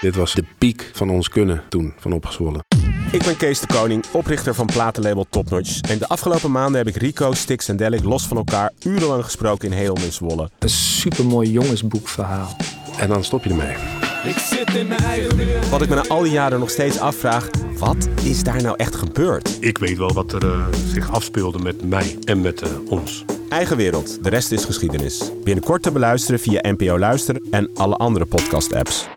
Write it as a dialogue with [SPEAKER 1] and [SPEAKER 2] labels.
[SPEAKER 1] Dit was de piek van ons kunnen toen, van opgezwollen.
[SPEAKER 2] Ik ben Kees de Koning, oprichter van platenlabel Topnotch. En de afgelopen maanden heb ik Rico, Stix en Delik los van elkaar urenlang gesproken in Heelm in Zwolle.
[SPEAKER 3] Een supermooi jongensboekverhaal.
[SPEAKER 1] En dan stop je ermee.
[SPEAKER 2] Wat ik me na al die jaren nog steeds afvraag, wat is daar nou echt gebeurd?
[SPEAKER 4] Ik weet wel wat er eh, zich afspeelde met mij en met eh, ons.
[SPEAKER 2] Eigen wereld, de rest is geschiedenis. Binnenkort te beluisteren via NPO Luisteren en alle andere podcast-apps.